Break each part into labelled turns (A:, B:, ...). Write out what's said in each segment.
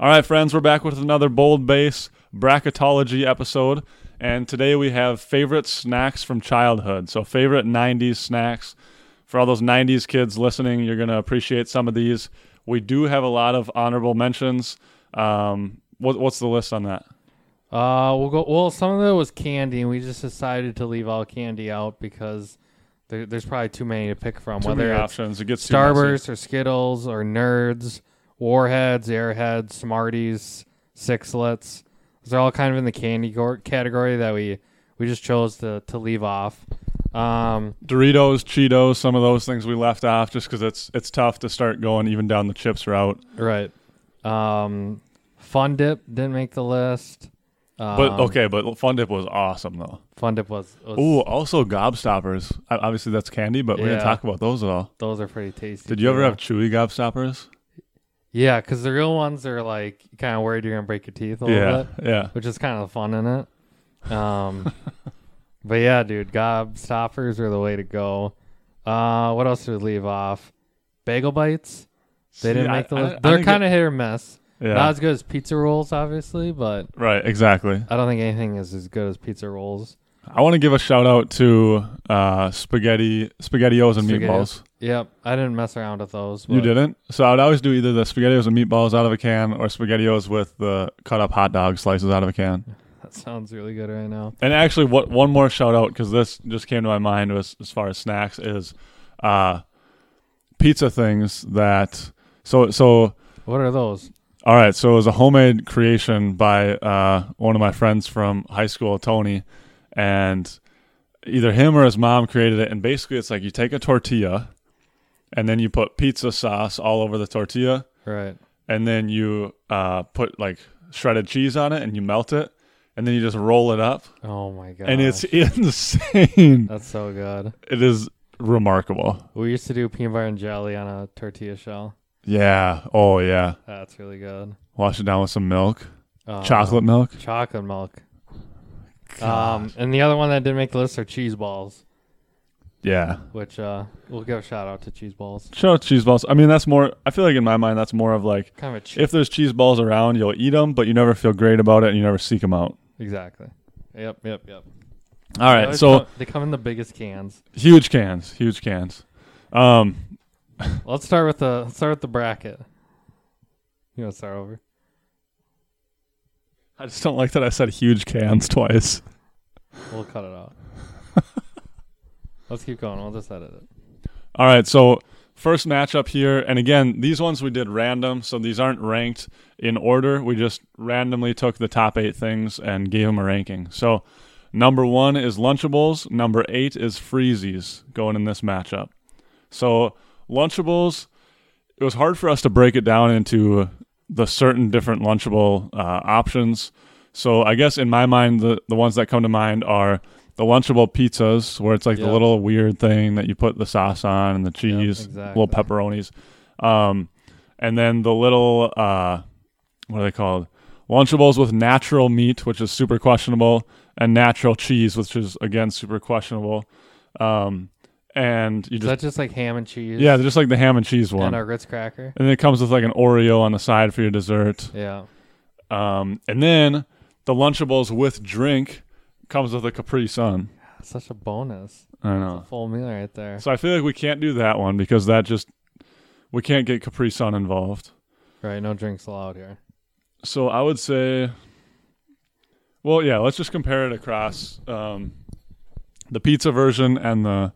A: All right, friends, we're back with another bold base bracketology episode, and today we have favorite snacks from childhood. So, favorite '90s snacks. For all those '90s kids listening, you're gonna appreciate some of these. We do have a lot of honorable mentions. Um, what, what's the list on that?
B: Uh, we'll go. Well, some of it was candy, and we just decided to leave all candy out because there, there's probably too many to pick from.
A: Too
B: whether
A: many
B: it's
A: options. It gets too messy.
B: Starburst or Skittles or Nerds, Warheads, Airheads, Smarties, Sixlets. Those are all kind of in the candy gor- category that we we just chose to to leave off. Um,
A: Doritos, Cheetos, some of those things we left off just because it's it's tough to start going even down the chips route.
B: right. Um, Fun Dip didn't make the list. Um,
A: But okay, but Fun Dip was awesome though.
B: Fun Dip was. was
A: Ooh, also Gobstoppers. O- Obviously, that's candy, but we didn't
B: Yeah.
A: talk about those at all.
B: those are pretty tasty.
A: Did you ever
B: too.
A: have chewy Gobstoppers?
B: Yeah, because the real ones are like kind of worried you're gonna break your teeth a little
A: Yeah,
B: bit,
A: yeah.
B: which is kind of fun in it. Um, but yeah, dude, gobstoppers are the way to go. Uh, what else did we leave off? Bagel bites.
A: See,
B: They didn't
A: I-
B: make the
A: I-
B: list.
A: I
B: They're
A: didn't get-
B: kind of hit or miss.
A: Yeah,
B: Not as good as pizza rolls, obviously, but
A: right. Exactly.
B: I don't think anything is as good as pizza rolls.
A: I want to give a shout out to uh, spaghetti, spaghettios and meatballs.
B: Spaghettios. Yep, I didn't mess around with those.
A: You
B: but-
A: didn't? So I would always do either the spaghettios and meatballs out of a can, or spaghettios with the cut up hot dog slices out of a can.
B: That sounds really good right now.
A: And actually, what one more shout out because this just came to my mind was as far as snacks is uh, pizza things that so so.
B: What are those?
A: All right, so it was a homemade creation by uh, one of my friends from high school, Tony, and either him or his mom created it. And basically, it's like you take a tortilla, and then you put pizza sauce all over the tortilla,
B: Right.
A: and then you uh, put like shredded cheese on it, and you melt it, and then you just roll it up,
B: Oh my god.
A: and it's insane.
B: that's so good.
A: It is remarkable.
B: We used to do peanut butter and jelly on a tortilla shell.
A: Yeah. Oh yeah.
B: That's really good.
A: Wash it down with some milk,
B: Um,
A: chocolate milk.
B: chocolate milk. Um, and the other one that didn't make the list are cheese balls,
A: Yeah.
B: which uh, we'll give a shout out to cheese balls.
A: Shout out to cheese balls. I mean, that's more. I feel like in my mind, that's more of like
B: Kind of a cheese.
A: if there's cheese balls around, you'll eat them, but you never feel great about it, and you never seek them out.
B: Exactly. Yep. Yep. Yep.
A: All
B: They
A: right,
B: always
A: so
B: come- they come in the biggest cans.
A: huge cans, huge cans. Um,
B: Let's start with the let's start with the bracket. You want to start over?
A: I just don't like that I said huge cans twice.
B: We'll cut it out. let's keep going. We'll just edit it.
A: All right, so first matchup here, and again, these ones we did random, so these aren't ranked in order. We just randomly took the top eight things and gave them a ranking. So number one is Lunchables, number eight is Freezies going in this matchup. So Lunchables, it was hard for us to break it down into the certain different Lunchable uh, options. So I guess in my mind, the, the ones that come to mind are the Lunchable pizzas, where it's like the
B: Yeah.
A: little weird thing that you put the sauce on and the cheese,
B: exactly.
A: little pepperonis, um, and then the little uh, what are they called? Lunchables with natural meat, which is super questionable, and natural cheese, which is again super questionable. Um, and you
B: Is
A: just
B: that just like ham and cheese?
A: yeah, just like the ham and cheese one.
B: And a Ritz cracker.
A: And then it comes with like an Oreo on the side for your dessert.
B: Yeah.
A: Um, and then the Lunchables with drink comes with a Capri Sun.
B: Such a bonus.
A: I don't
B: It's a
A: know.
B: full meal right there.
A: So I feel like we can't do that one because that just we can't get Capri Sun involved.
B: Right, no drinks allowed here.
A: So I would say, well, yeah, let's just compare it across um, the pizza version and the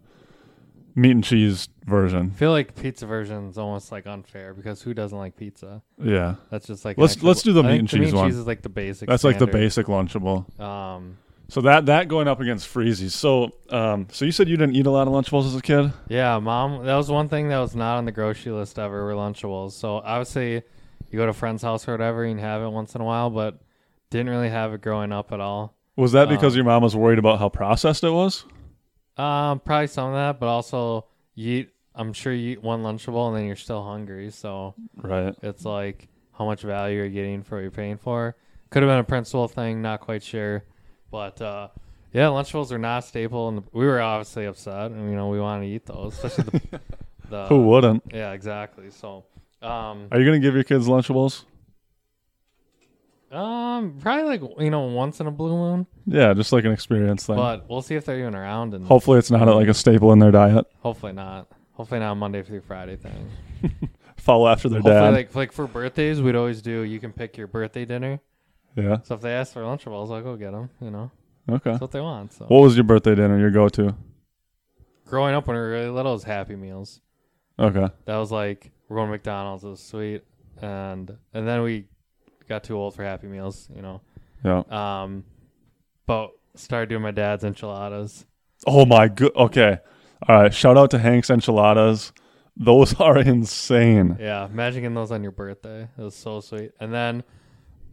A: meat and cheese version.
B: I feel like pizza version is almost like unfair because who doesn't like pizza?
A: Yeah,
B: That's just like an
A: Let's-
B: extra-
A: let's do the
B: I
A: meat
B: think
A: and
B: the
A: cheese
B: meat
A: one.
B: And cheese is like the basic.
A: that's like the
B: standard.
A: basic Lunchable.
B: Um,
A: So that that going up against Freezy. So um, so you said you didn't eat a lot of Lunchables as a kid.
B: yeah, mom. That was one thing that was not on the grocery list ever. Were Lunchables. So obviously, you go to a friend's house or whatever and have it once in a while, but didn't really have it growing up at all.
A: Was that because
B: Um,
A: your mom was worried about how processed it was?
B: Um, probably some of that, but also you eat. I'm sure you eat one Lunchable and then you're still hungry. So
A: Right.
B: It's like how much value you're getting for what you're paying for. Could have been a principal thing, not quite sure. But uh, yeah, Lunchables are not a staple, and we were obviously upset, and you know we want to eat those, especially the. the
A: Who wouldn't?
B: Yeah, exactly. So, um,
A: Are you gonna give your kids Lunchables?
B: Um, probably like you know once in a blue moon,
A: Yeah, just like an experience thing.
B: but we'll see if they're even around. And
A: Hopefully, it's not like a staple in their diet.
B: hopefully not. Hopefully not a Monday through Friday thing.
A: Follow after their
B: Hopefully,
A: dad.
B: like like for birthdays, we'd always do. You can pick your birthday dinner.
A: yeah.
B: So if they ask for Lunchables, I'll go get them. You know,
A: Okay.
B: that's what they want. So
A: What was your birthday dinner? Your go-to?
B: growing up when we were really little, it was Happy Meals.
A: Okay.
B: That was like we're going to McDonald's. It was sweet, and and then we got too old for Happy Meals. You know,
A: Yeah.
B: um, but started doing my dad's enchiladas.
A: Oh my good. Okay. All right. Shout out to Hank's enchiladas. Those are insane.
B: Yeah, imagine getting those on your birthday. It was so sweet. And then,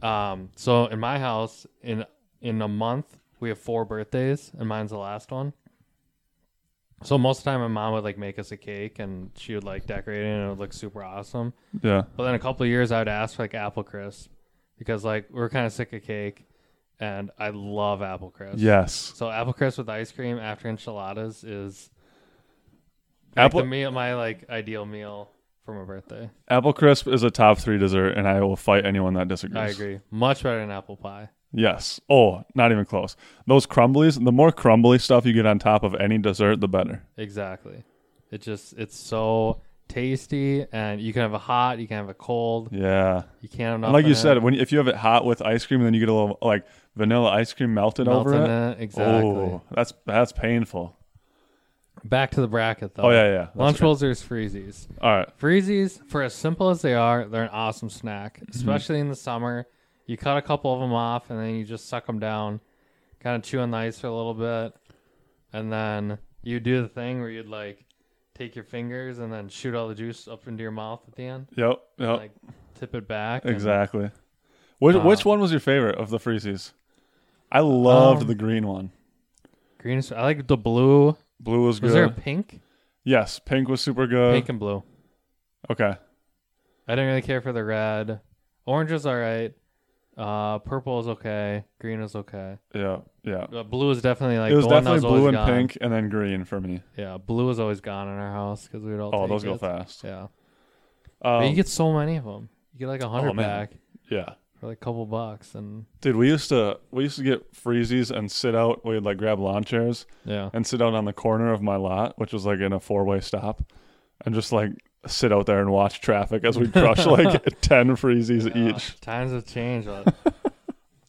B: um, so in my house, in in a month, we have four birthdays, and mine's the last one. So most of the time, my mom would like make us a cake, and she would like decorate it, and it would look super awesome.
A: Yeah.
B: But then a couple of years, I would ask for like apple crisp, because like we are kind of sick of cake, and I love apple crisp.
A: Yes.
B: So apple crisp with ice cream after enchiladas is
A: Apple-
B: apple the meal, my like ideal meal for my birthday.
A: Apple crisp is a top three dessert, and I will fight anyone that disagrees.
B: I agree. Much better than apple pie.
A: Yes. Oh, not even close. Those crumblies. The more crumbly stuff you get on top of any dessert, the better.
B: Exactly. It just it's so tasty and you can have a hot, you can have a cold.
A: Yeah.
B: You can't have
A: And
B: nothing.
A: like you
B: in
A: said,
B: it,
A: when if you have it hot with ice cream, and then you get a little like vanilla ice cream melted
B: melt
A: over
B: in
A: it.
B: it. Exactly.
A: Oh, that's that's painful.
B: Back to the bracket though.
A: Oh yeah, yeah. That's
B: Lunchables are freezies.
A: All right.
B: Freezies, for as simple as they are, they're an awesome snack,
A: Mm-hmm.
B: especially in the summer. You cut a couple of them off and then you just suck them down, kind of chew on the ice for a little bit, and then you do the thing where you'd like take your fingers and then shoot all the juice up into your mouth at the end.
A: Yep. Yep.
B: like tip it back. and-
A: exactly.
B: Uh,
A: Which which one was your favorite of the freezies? I loved
B: Um,
A: the green one.
B: green. Is, I like the blue. Was
A: Blue was good. Uh,
B: there a pink?
A: yes, pink was super good.
B: pink and blue.
A: okay.
B: I didn't really care for the red. Orange is all right. Uh, purple is okay. Green is okay.
A: Yeah. Yeah.
B: Uh, blue is definitely like
A: it was
B: the one that
A: definitely blue
B: always
A: and
B: gone.
A: pink, and then green for me.
B: Yeah, blue is always gone in our house because we'd all.
A: Oh,
B: take
A: those go
B: it.
A: fast.
B: Yeah,
A: Um,
B: but you get so many of them. You get like a hundred
A: Oh, man.
B: pack
A: yeah.
B: for like a couple bucks, and
A: Dude, we used to we used to get freezies and sit out. We'd like grab lawn chairs
B: yeah,
A: and sit out on the corner of my lot, which was like in a four way stop, and just like sit out there and watch traffic as we crush like ten freezies
B: Yeah,
A: each.
B: Times have changed. But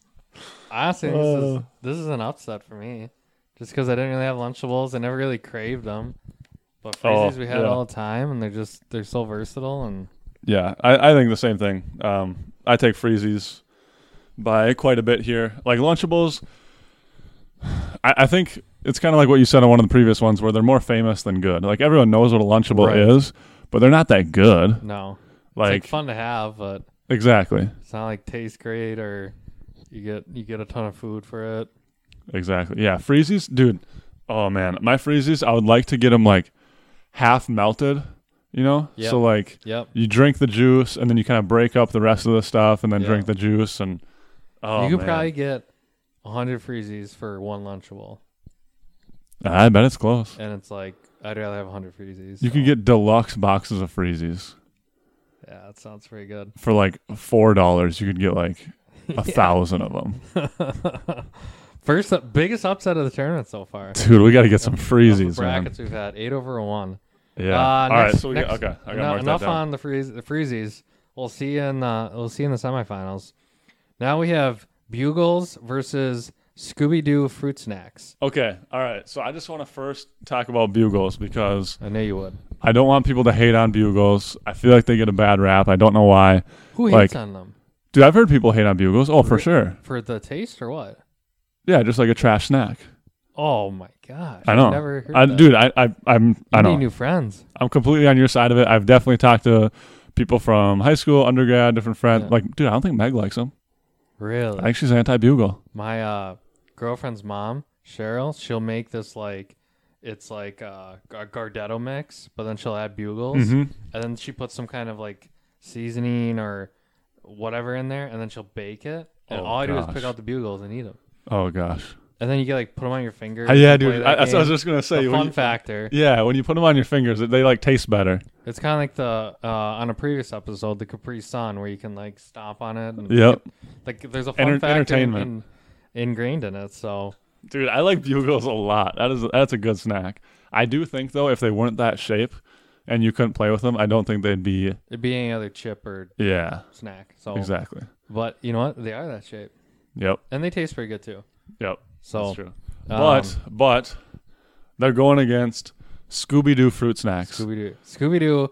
B: honestly, this is
A: Oh.
B: this is an upset for me, just because I didn't really have Lunchables. I never really craved them, but
A: Oh,
B: freezies we had
A: yeah.
B: all the time, and they're just they're so versatile. And
A: Yeah, I, I think the same thing. Um, I take freezies by quite a bit here. Like Lunchables, I, I think it's kind of like what you said on one of the previous ones, where they're more famous than good. Like everyone knows what a Lunchable
B: Right.
A: is, but they're not that good.
B: no, it's like
A: Like
B: fun to have, but
A: exactly,
B: it's not like tastes great or you get you get a ton of food for it.
A: exactly. Yeah, freezies, dude. Oh man, my freezies. I would like to get them like half melted. You know,
B: Yep.
A: so like
B: Yep.
A: you drink the juice and then you kind of break up the rest of the stuff and then
B: Yeah.
A: drink the juice and oh
B: you could
A: man.
B: probably get 100 freezies for one Lunchable.
A: I bet it's close.
B: And it's like, I'd rather have 100 freezies.
A: You
B: so-
A: could get deluxe boxes of freezies
B: Yeah, that sounds pretty good.
A: for like four dollars. You could get like a thousand of them,
B: First, up biggest upset of the tournament so far. Of
A: dude. We got to get some
B: the
A: freezies, man.
B: brackets we've had, eight over a one.
A: Yeah.
B: Uh,
A: All right.
B: next-
A: So we
B: next-
A: got okay. I got
B: Eno-
A: mark that
B: enough
A: down.
B: on the freeze, the freezies. We'll see you in the we'll see you in the semifinals. Now we have Bugles versus Scooby Doo fruit snacks.
A: okay. All right. So I just want to first talk about bugles because
B: I knew you would.
A: I don't want people to hate on bugles. I feel like they get a bad rap. I don't know why.
B: Who
A: Like-
B: hates on them
A: Dude, I've heard people hate on bugles. Oh, for sure.
B: for the taste or what?
A: Yeah, just like a trash snack.
B: Oh my gosh!
A: I know.
B: I've never heard
A: I,
B: that.
A: dude, I, I, I'm, I
B: You
A: know.
B: need new friends.
A: I'm completely on your side of it. I've definitely talked to people from high school, undergrad, different friends.
B: Yeah.
A: Like, dude, I don't think Meg likes him.
B: Really?
A: I think she's anti bugle.
B: My uh, girlfriend's mom, Cheryl, she'll make this like it's like uh, a Gardetto mix, but then she'll add bugles,
A: Mhm.
B: and then she puts some kind of like seasoning or whatever in there, and then she'll bake it. And
A: Oh,
B: all I do is
A: gosh.
B: pick out the bugles and eat them.
A: Oh gosh.
B: And then you get like put them on your fingers.
A: yeah,
B: and play
A: dude.
B: that
A: I, that's what I was
B: game.
A: just gonna say.
B: The
A: When
B: fun
A: you,
B: factor.
A: yeah, when you put them on your fingers, they like taste better.
B: It's kind of like the uh, on a previous episode, the Capri Sun, where you can like stomp on it and
A: Yep.
B: get Like there's a fun
A: Enter-
B: factor in-
A: entertainment.
B: in- ingrained in it. So
A: Dude, I like bugles a lot. That is that's a good snack. I do think though, if they weren't that shape and you couldn't play with them, I don't think they'd be.
B: it'd be any other chip or
A: Yeah,
B: snack. So
A: exactly.
B: but you know what? They are that shape.
A: Yep,
B: And they taste pretty good too.
A: yep.
B: So um,
A: that's true. But but they're going against Scooby Doo fruit snacks.
B: Scooby Doo. Scooby Doo.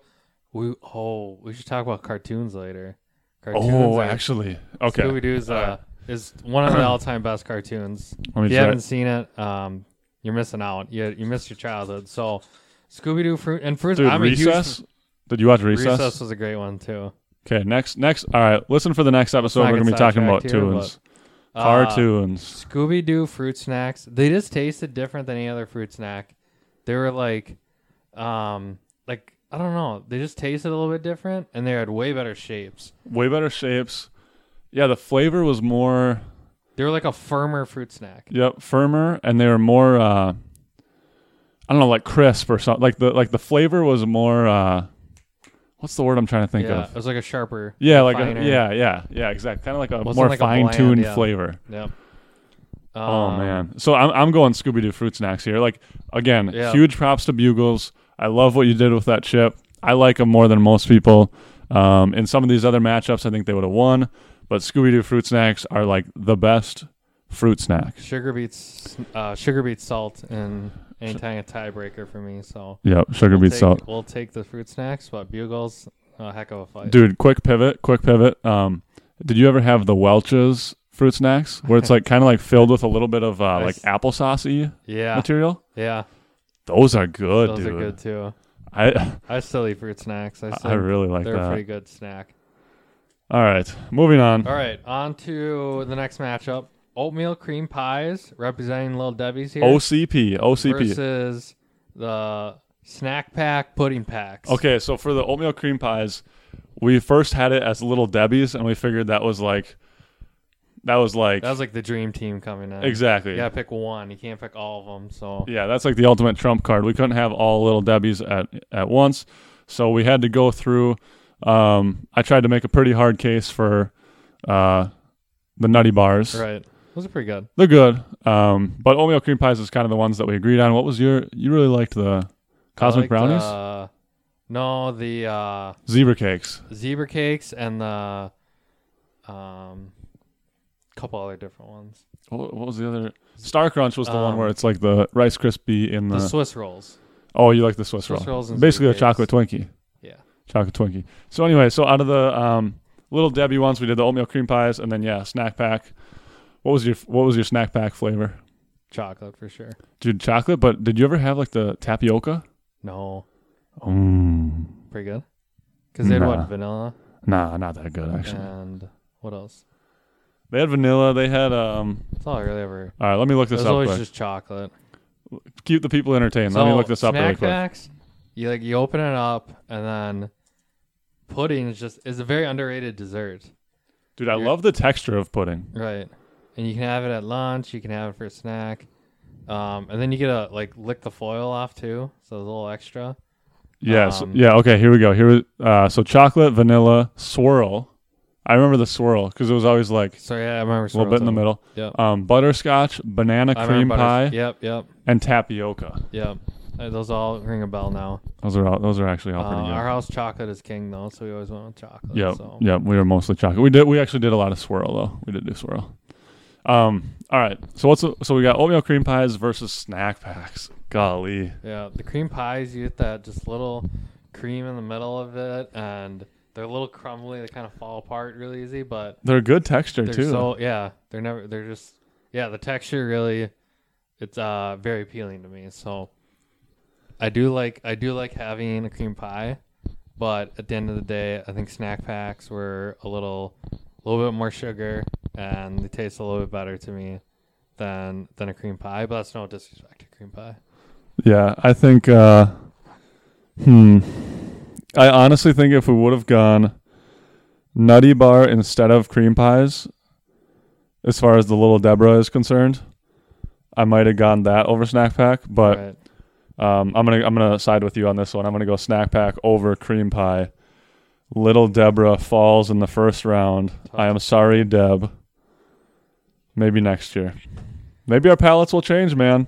B: We oh, we should talk about cartoons later. Cartoons
A: oh,
B: are-
A: actually, okay.
B: Scooby Doo's uh,
A: Alright.
B: is one of the all time best cartoons.
A: Let me
B: If you
A: try-
B: haven't seen it, um, you're missing out. You you missed your childhood. So Scooby Doo fruit and fruit.
A: Dude,
B: I'm
A: recess.
B: A huge,
A: Did you watch
B: recess.
A: recess?
B: was a great one too.
A: Okay, next next. All right, listen for the next episode.
B: not
A: We're gonna be
B: get
A: talking about
B: sidetracked here,
A: tunes,
B: Uh,
A: cartoons.
B: Scooby Doo fruit snacks. They just tasted different than any other fruit snack. They were like, um, like I don't know. They just tasted a little bit different, and they had way better shapes.
A: Way better shapes. Yeah, the flavor was more
B: They were like a firmer fruit snack.
A: Yep, firmer, and they were more. Uh, I don't know, like crisp or something. Like the like the flavor was more. Uh, what's the word I'm trying to think
B: yeah,
A: of?
B: it was like a sharper.
A: Yeah, like
B: finer.
A: a, yeah, yeah, yeah, exactly. Kind of like a
B: Wasn't
A: more
B: like a bland,
A: fine tuned
B: yeah.
A: flavor.
B: Yep.
A: Oh
B: Um,
A: man, so I'm I'm going Scooby Doo fruit snacks here. Like again,
B: Yeah.
A: huge props to Bugles. I love what you did with that chip. I like them more than most people. Um, in some of these other matchups, I think they would have won, but Scooby Doo fruit snacks are like the best fruit snack.
B: Sugar beats uh, sugar beats salt and any kind of tiebreaker for me. So
A: Yep, sugar
B: we'll
A: beets
B: take,
A: salt.
B: We'll take the fruit snacks, but bugles, a heck of a fight.
A: dude quick pivot quick pivot um did you ever have the welch's fruit snacks where it's like kind of like filled with a little bit of uh, like
B: Nice.
A: applesauce
B: yeah,
A: material
B: yeah,
A: those are good
B: those
A: dude
B: are good too.
A: i
B: I still eat fruit snacks. I still,
A: i really like
B: they're a pretty
A: that
B: good snack.
A: all right moving on
B: All right, on to the next matchup: oatmeal cream pies, representing Little Debbie's here,
A: ocp ocp
B: versus the snack pack pudding packs.
A: okay so for the oatmeal cream pies we first had it as little debbie's and we figured that was like that was like
B: that was like the dream team coming in.
A: exactly
B: You gotta pick one. You can't pick all of them. So
A: Yeah, that's like the ultimate trump card. We couldn't have all little Debbie's at at once, so we had to go through. Um, I tried to make a pretty hard case for uh, the nutty bars.
B: right, those are pretty good.
A: They're good, um, but oatmeal cream pies is kind of the ones that we agreed on. What was your? You really liked the cosmic
B: I liked,
A: brownies,
B: Uh, no, the uh,
A: zebra cakes.
B: zebra cakes and the um, couple other different ones.
A: What, what was the other? Star Crunch was the one
B: Um,
A: where it's like the Rice Krispie in the.
B: The Swiss rolls.
A: oh, you like the Uh, Swiss,
B: Swiss
A: roll?
B: rolls and
A: Basically, a
B: zebra
A: chocolate Twinkie.
B: Yeah,
A: chocolate Twinkie. So anyway, so out of the um, little Debbie ones, we did the oatmeal cream pies, and then yeah, snack pack. What was your What was your snack pack flavor?
B: chocolate for sure.
A: Dude, chocolate. But did you ever have like the tapioca?
B: No,
A: Mm,
B: pretty good. Because they had
A: Nah.
B: what vanilla
A: nah, not that good actually.
B: and what else?
A: They had vanilla. They had um.
B: That's all I really ever.
A: All right, let me look this
B: There's
A: up.
B: always
A: Quick.
B: just chocolate.
A: Keep the people entertained. let me
B: So,
A: look this up
B: snack
A: really quick.
B: packs, you like you open it up and then pudding is just is a very underrated dessert.
A: Dude, I
B: You're-
A: love the texture of pudding.
B: Right. And you can have it at lunch, you can have it for a snack. Um, and then you get a like lick the foil off too, so it's a little extra.
A: Yes.
B: Um,
A: yeah. Okay. Here we go. Here. we- Uh, so chocolate, vanilla, swirl. I remember the swirl because it was always like
B: So yeah, I remember
A: a little bit in the middle.
B: Yep.
A: um, butterscotch, banana
B: I
A: cream
B: remember
A: pie,
B: butters- Yep, yep,
A: and tapioca.
B: yep. Uh, Those all ring a bell now.
A: Those are all, those are actually
B: Uh,
A: all pretty good.
B: our house chocolate is king though, so we always went with chocolate.
A: yep,
B: So.
A: yep. We were mostly chocolate. We did we actually did a lot of swirl though. We did do swirl. Um. All right. So what's so we got oatmeal cream pies versus snack packs. Golly.
B: Yeah, the cream pies, you get that just little cream in the middle of it, and they're a little crumbly. They kind of fall apart really easy, but
A: They're good texture
B: they're
A: too.
B: so yeah, they're never they're just yeah. The texture really, it's uh very appealing to me. So I do like I do like having a cream pie, but at the end of the day, I think snack packs were a little a little bit more sugar, and they taste a little bit better to me than than a cream pie. But that's no disrespect to cream pie.
A: yeah, I think. uh Hmm. I honestly think if we would have gone nutty bar instead of cream pies, as far as the little Deborah is concerned, I might have gone that over snack pack. But
B: right?
A: Um, I'm gonna I'm gonna side with you on this one. I'm gonna go snack pack over cream pie. Little Deborah falls in the first round. I am sorry, Deb. Maybe next year. Maybe our palettes will change, man.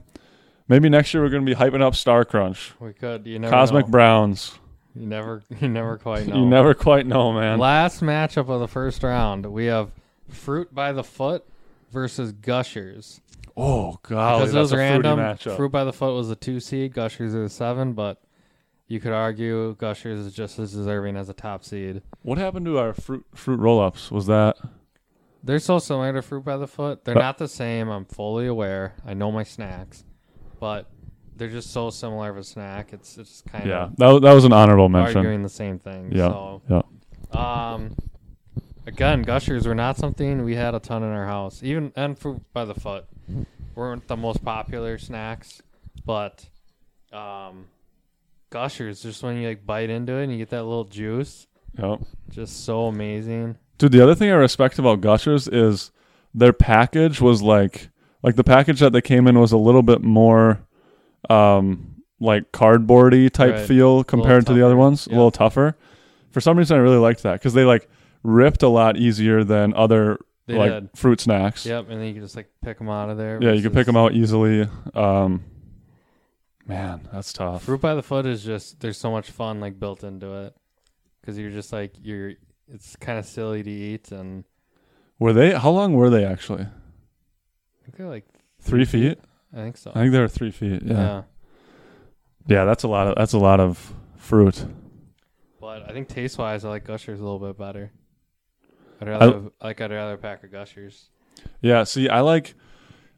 A: Maybe next year we're going to be hyping up Star Crunch,
B: We could. You never
A: Cosmic
B: know.
A: Browns.
B: you never. You never quite know.
A: You never quite know, man.
B: Last matchup of the first round, we have Fruit by the Foot versus Gushers.
A: oh, golly,
B: Because
A: that's
B: it was
A: a fruity
B: random,
A: matchup.
B: Fruit by the Foot was a two seed, Gushers are a seven, but you could argue Gushers is just as deserving as a top seed.
A: what happened to our fruit fruit roll-ups? Was that
B: They're so similar to Fruit by the Foot. They're
A: But-
B: not the same. I'm fully aware. I know my snacks, but they're just so similar of a snack. It's it's kind
A: yeah?
B: of
A: That wa- that was an honorable mention.
B: arguing the same thing.
A: Yeah,
B: So
A: yeah.
B: Um, again, gushers were not something we had a ton in our house. Even and fruit by the foot weren't the most popular snacks, but um, gushers just when you like bite into it and you get that little juice,
A: Yep.
B: just so amazing.
A: Dude, the other thing I respect about Gushers is their package was like like the package that they came in was a little bit more um like cardboardy type
B: Right.
A: feel compared to the other
B: tougher,
A: ones, a
B: yeah.
A: little tougher. For some reason I really liked that cuz they like ripped a lot easier than other
B: They
A: like
B: did.
A: fruit snacks.
B: Yep, and then you can just like pick them out of there.
A: yeah, you could pick
B: versus-
A: them out easily. Um man, that's tough.
B: Fruit by the foot is just there's so much fun like built into it because you're just like you're. It's kind of silly to eat and
A: Were they how long were they actually?
B: I think they're like
A: 3 feet?
B: I think so.
A: I think they were 3 feet. Yeah. Yeah,
B: yeah.
A: that's a lot of that's a lot of fruit.
B: But I think taste wise, I like Gushers a little bit better. I'd rather like I'd rather pack of Gushers.
A: Yeah, see, I like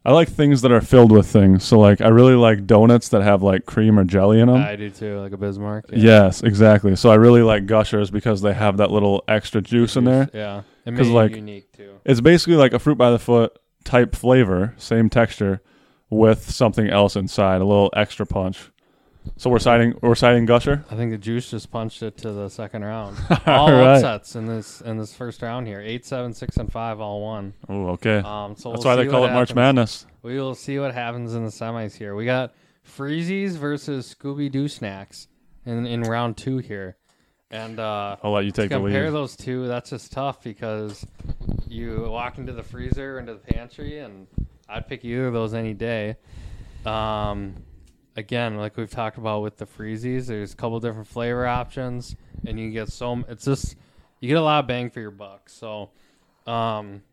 A: I like things that are filled with things. So like I really like donuts that have like cream or jelly in them.
B: I do too, like a Bismarck.
A: Yes, exactly. So I really like gushers because they have that little extra juice in there.
B: Yeah, it
A: 'Cause,
B: makes
A: like-
B: it unique too.
A: It's basically like a fruit by the foot type flavor, same texture with something else inside, a little extra punch. So we're siding we're siding gusher.
B: I think the juice just punched it to the second round.
A: All
B: All
A: right.
B: upsets in this in this first round here. Eight, seven, six, and five all won.
A: Oh, okay.
B: Um, so
A: That's
B: we'll
A: why they
B: see
A: call it
B: what
A: March
B: happens.
A: Madness.
B: We will see what happens in the semis here. We got Freezies versus Scooby Doo snacks in in round two here, and uh,
A: I'll let you take the
B: compare
A: lead.
B: those two, that's just tough because you walk into the freezer or into the pantry, and I'd pick either of those any day. Um, again, like we've talked about with the freezies, there's a couple different flavor options, and you get so m- it's just you get a lot of bang for your buck. So, um,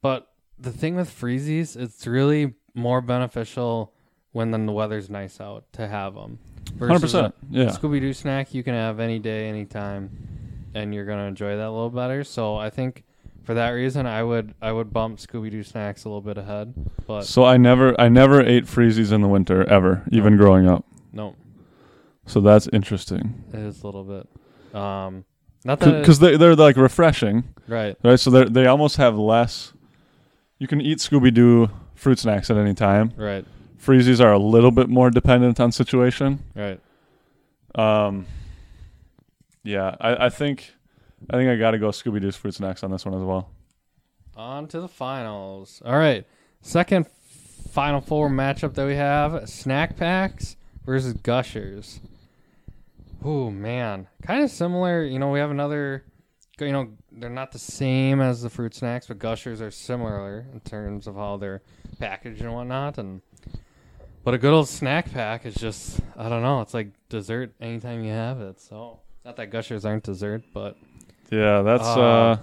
B: but the thing with freezies, it's really more beneficial when the weather's nice out to have them.
A: 100%. Yeah.
B: Scooby Doo snack you can have any day, anytime, and you're gonna enjoy that a little better. So I think for that reason, I would I would bump Scooby Doo snacks a little bit ahead. But
A: So I never I never ate freezies in the winter ever, even growing up.
B: no,
A: So that's interesting.
B: it is a little bit. Um, not that it-
A: because they they're like refreshing,
B: right.
A: right? So they they almost have less. You can eat Scooby Doo fruit snacks at any time.
B: Right,
A: Freezies are a little bit more dependent on situation.
B: right.
A: Um, yeah, I, I think I think I got to go Scooby Doo's fruit snacks on this one as well.
B: On to the finals. All right, second final four matchup that we have: snack packs versus gushers. Oh man, kind of similar. You know, we have another. You know, they're not the same as the fruit snacks, but gushers are similar in terms of how they're packaged and whatnot. And but a good old snack pack is just I don't know. It's like dessert anytime you have it. So not that gushers aren't dessert, but
A: Yeah, that's uh,
B: Uh,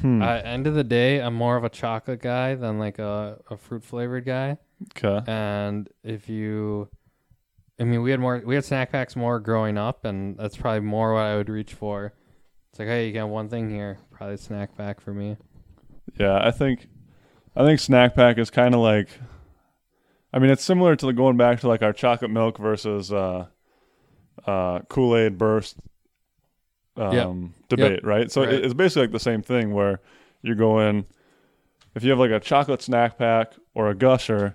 A: hmm,
B: I, end of the day, I'm more of a chocolate guy than like a, a fruit flavored guy.
A: okay.
B: And if you, I mean, we had more, we had snack packs more growing up, and that's probably more what I would reach for. It's like, hey, you got one thing here, probably snack pack for me.
A: Yeah, I think I think snack pack is kind of like I mean, it's similar to the going back to like our chocolate milk versus uh uh Kool-Aid burst um
B: Yep.
A: debate, right? So it-
B: Right.
A: it's basically like the same thing where you're going if you have like a chocolate snack pack or a gusher,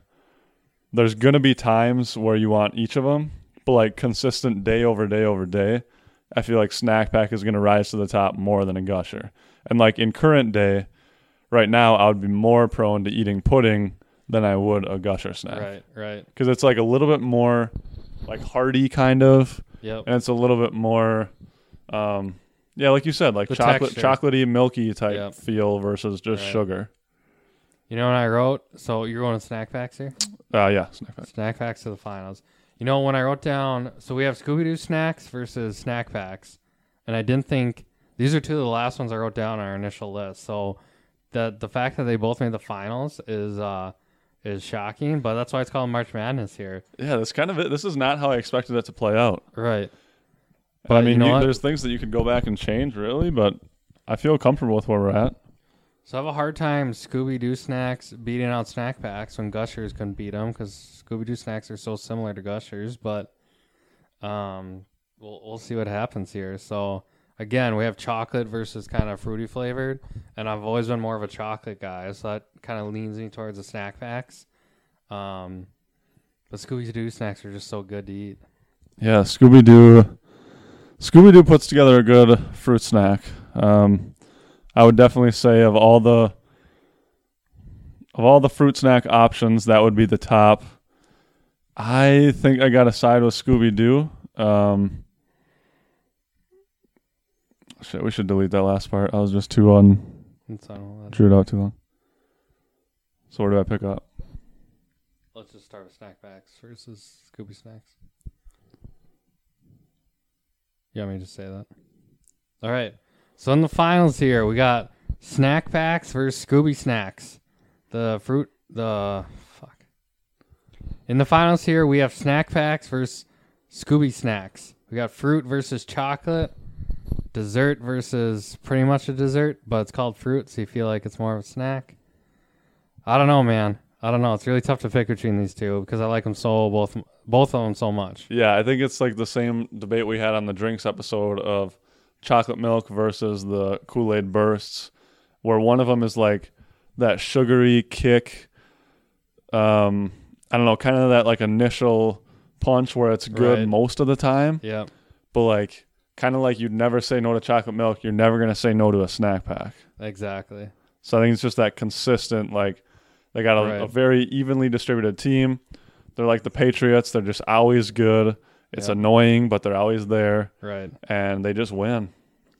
A: there's going to be times where you want each of them, but like consistent day over day over day, I feel like snack pack is going to rise to the top more than a gusher. And like in current day, right now, I would be more prone to eating pudding than I would a gusher snack
B: Right, right.
A: because it's like a little bit more like hearty kind of,
B: Yep.
A: and it's a little bit more, um, yeah, like you said, like
B: The
A: chocolate,
B: texture.
A: chocolatey, milky type
B: Yep.
A: feel versus just
B: Right.
A: sugar.
B: You know what I wrote? So you're going to snack packs here?
A: Uh, yeah, snack pack.
B: Snack packs to the finals. You know, when I wrote down, so we have Scooby Doo snacks versus snack packs, and I didn't think these are two of the last ones I wrote down on our initial list. So the the fact that they both made the finals is uh is shocking, but that's why it's called March Madness here,
A: Yeah, that's kind of it. This is not how I expected it to play out.
B: right?
A: But I
B: you
A: mean,
B: know
A: you-
B: what?
A: there's things that you could go back and change, really. But I feel comfortable with where we're at.
B: So I have a hard time Scooby Doo snacks beating out snack packs when Gushers couldn't beat them because Scooby Doo snacks are so similar to Gushers. But um, we'll we'll see what happens here. So again, we have chocolate versus kind of fruity flavored, and I've always been more of a chocolate guy, so that kind of leans me towards the snack packs. Um, but Scooby Doo snacks are just so good to eat.
A: Yeah, Scooby Doo. Scooby Doo puts together a good fruit snack. Um, I would definitely say of all the of all the fruit snack options, that would be the top. I think I got to side with Scooby Doo. Um, shit, we should delete that last part. I was just too on
B: And so let's,
A: drew it out too long. So where do I pick up?
B: let's just start with snack packs versus Scooby snacks. You want me to just say that? All right. So in the finals here, we got snack packs versus Scooby snacks. The fruit, the fuck. In the finals here, we have snack packs versus Scooby snacks. We got fruit versus chocolate, dessert versus pretty much a dessert, but it's called fruit, so you feel like it's more of a snack. I don't know, man. I don't know. It's really tough to pick between these two because I like them so both both of them so much.
A: Yeah, I think it's like the same debate we had on the drinks episode of chocolate milk versus the Kool Aid bursts, where one of them is like that sugary kick. Um, I don't know, kind of that like initial punch where it's good
B: Right.
A: most of the time,
B: Yep.
A: but like kind of like you'd never say no to chocolate milk. You're never gonna say no to a snack pack.
B: Exactly.
A: So I think it's just that consistent, like they got a, a
B: Right.
A: very evenly distributed team. They're like the Patriots. They're just always good. It's
B: Yeah.
A: annoying, but they're always there,
B: Right.
A: and they just win.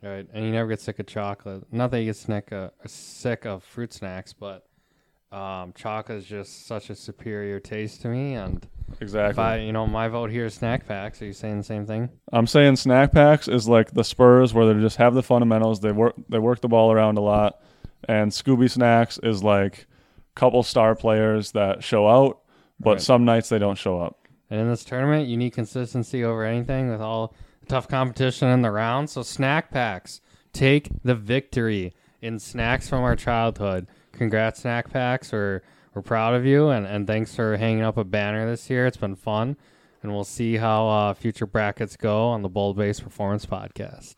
B: Right, and you never get sick of chocolate. Not that you get sick of, sick of fruit snacks, but um, chocolate is just such a superior taste to me. And if
A: Exactly.
B: I, you know, my vote here is snack packs. Are you saying the same thing?
A: I'm saying snack packs is like the Spurs, where they just have the fundamentals. They work they work the ball around a lot, and Scooby Snacks is like couple star players that show out, but
B: Right.
A: some nights they don't show up.
B: And in this tournament, you need consistency over anything with all the tough competition in the round. So snack packs take the victory in snacks from our childhood. Congrats, snack packs. We're we're proud of you, and and thanks for hanging up a banner this year. It's been fun, and we'll see how uh, future brackets go on the Bold Base Performance Podcast.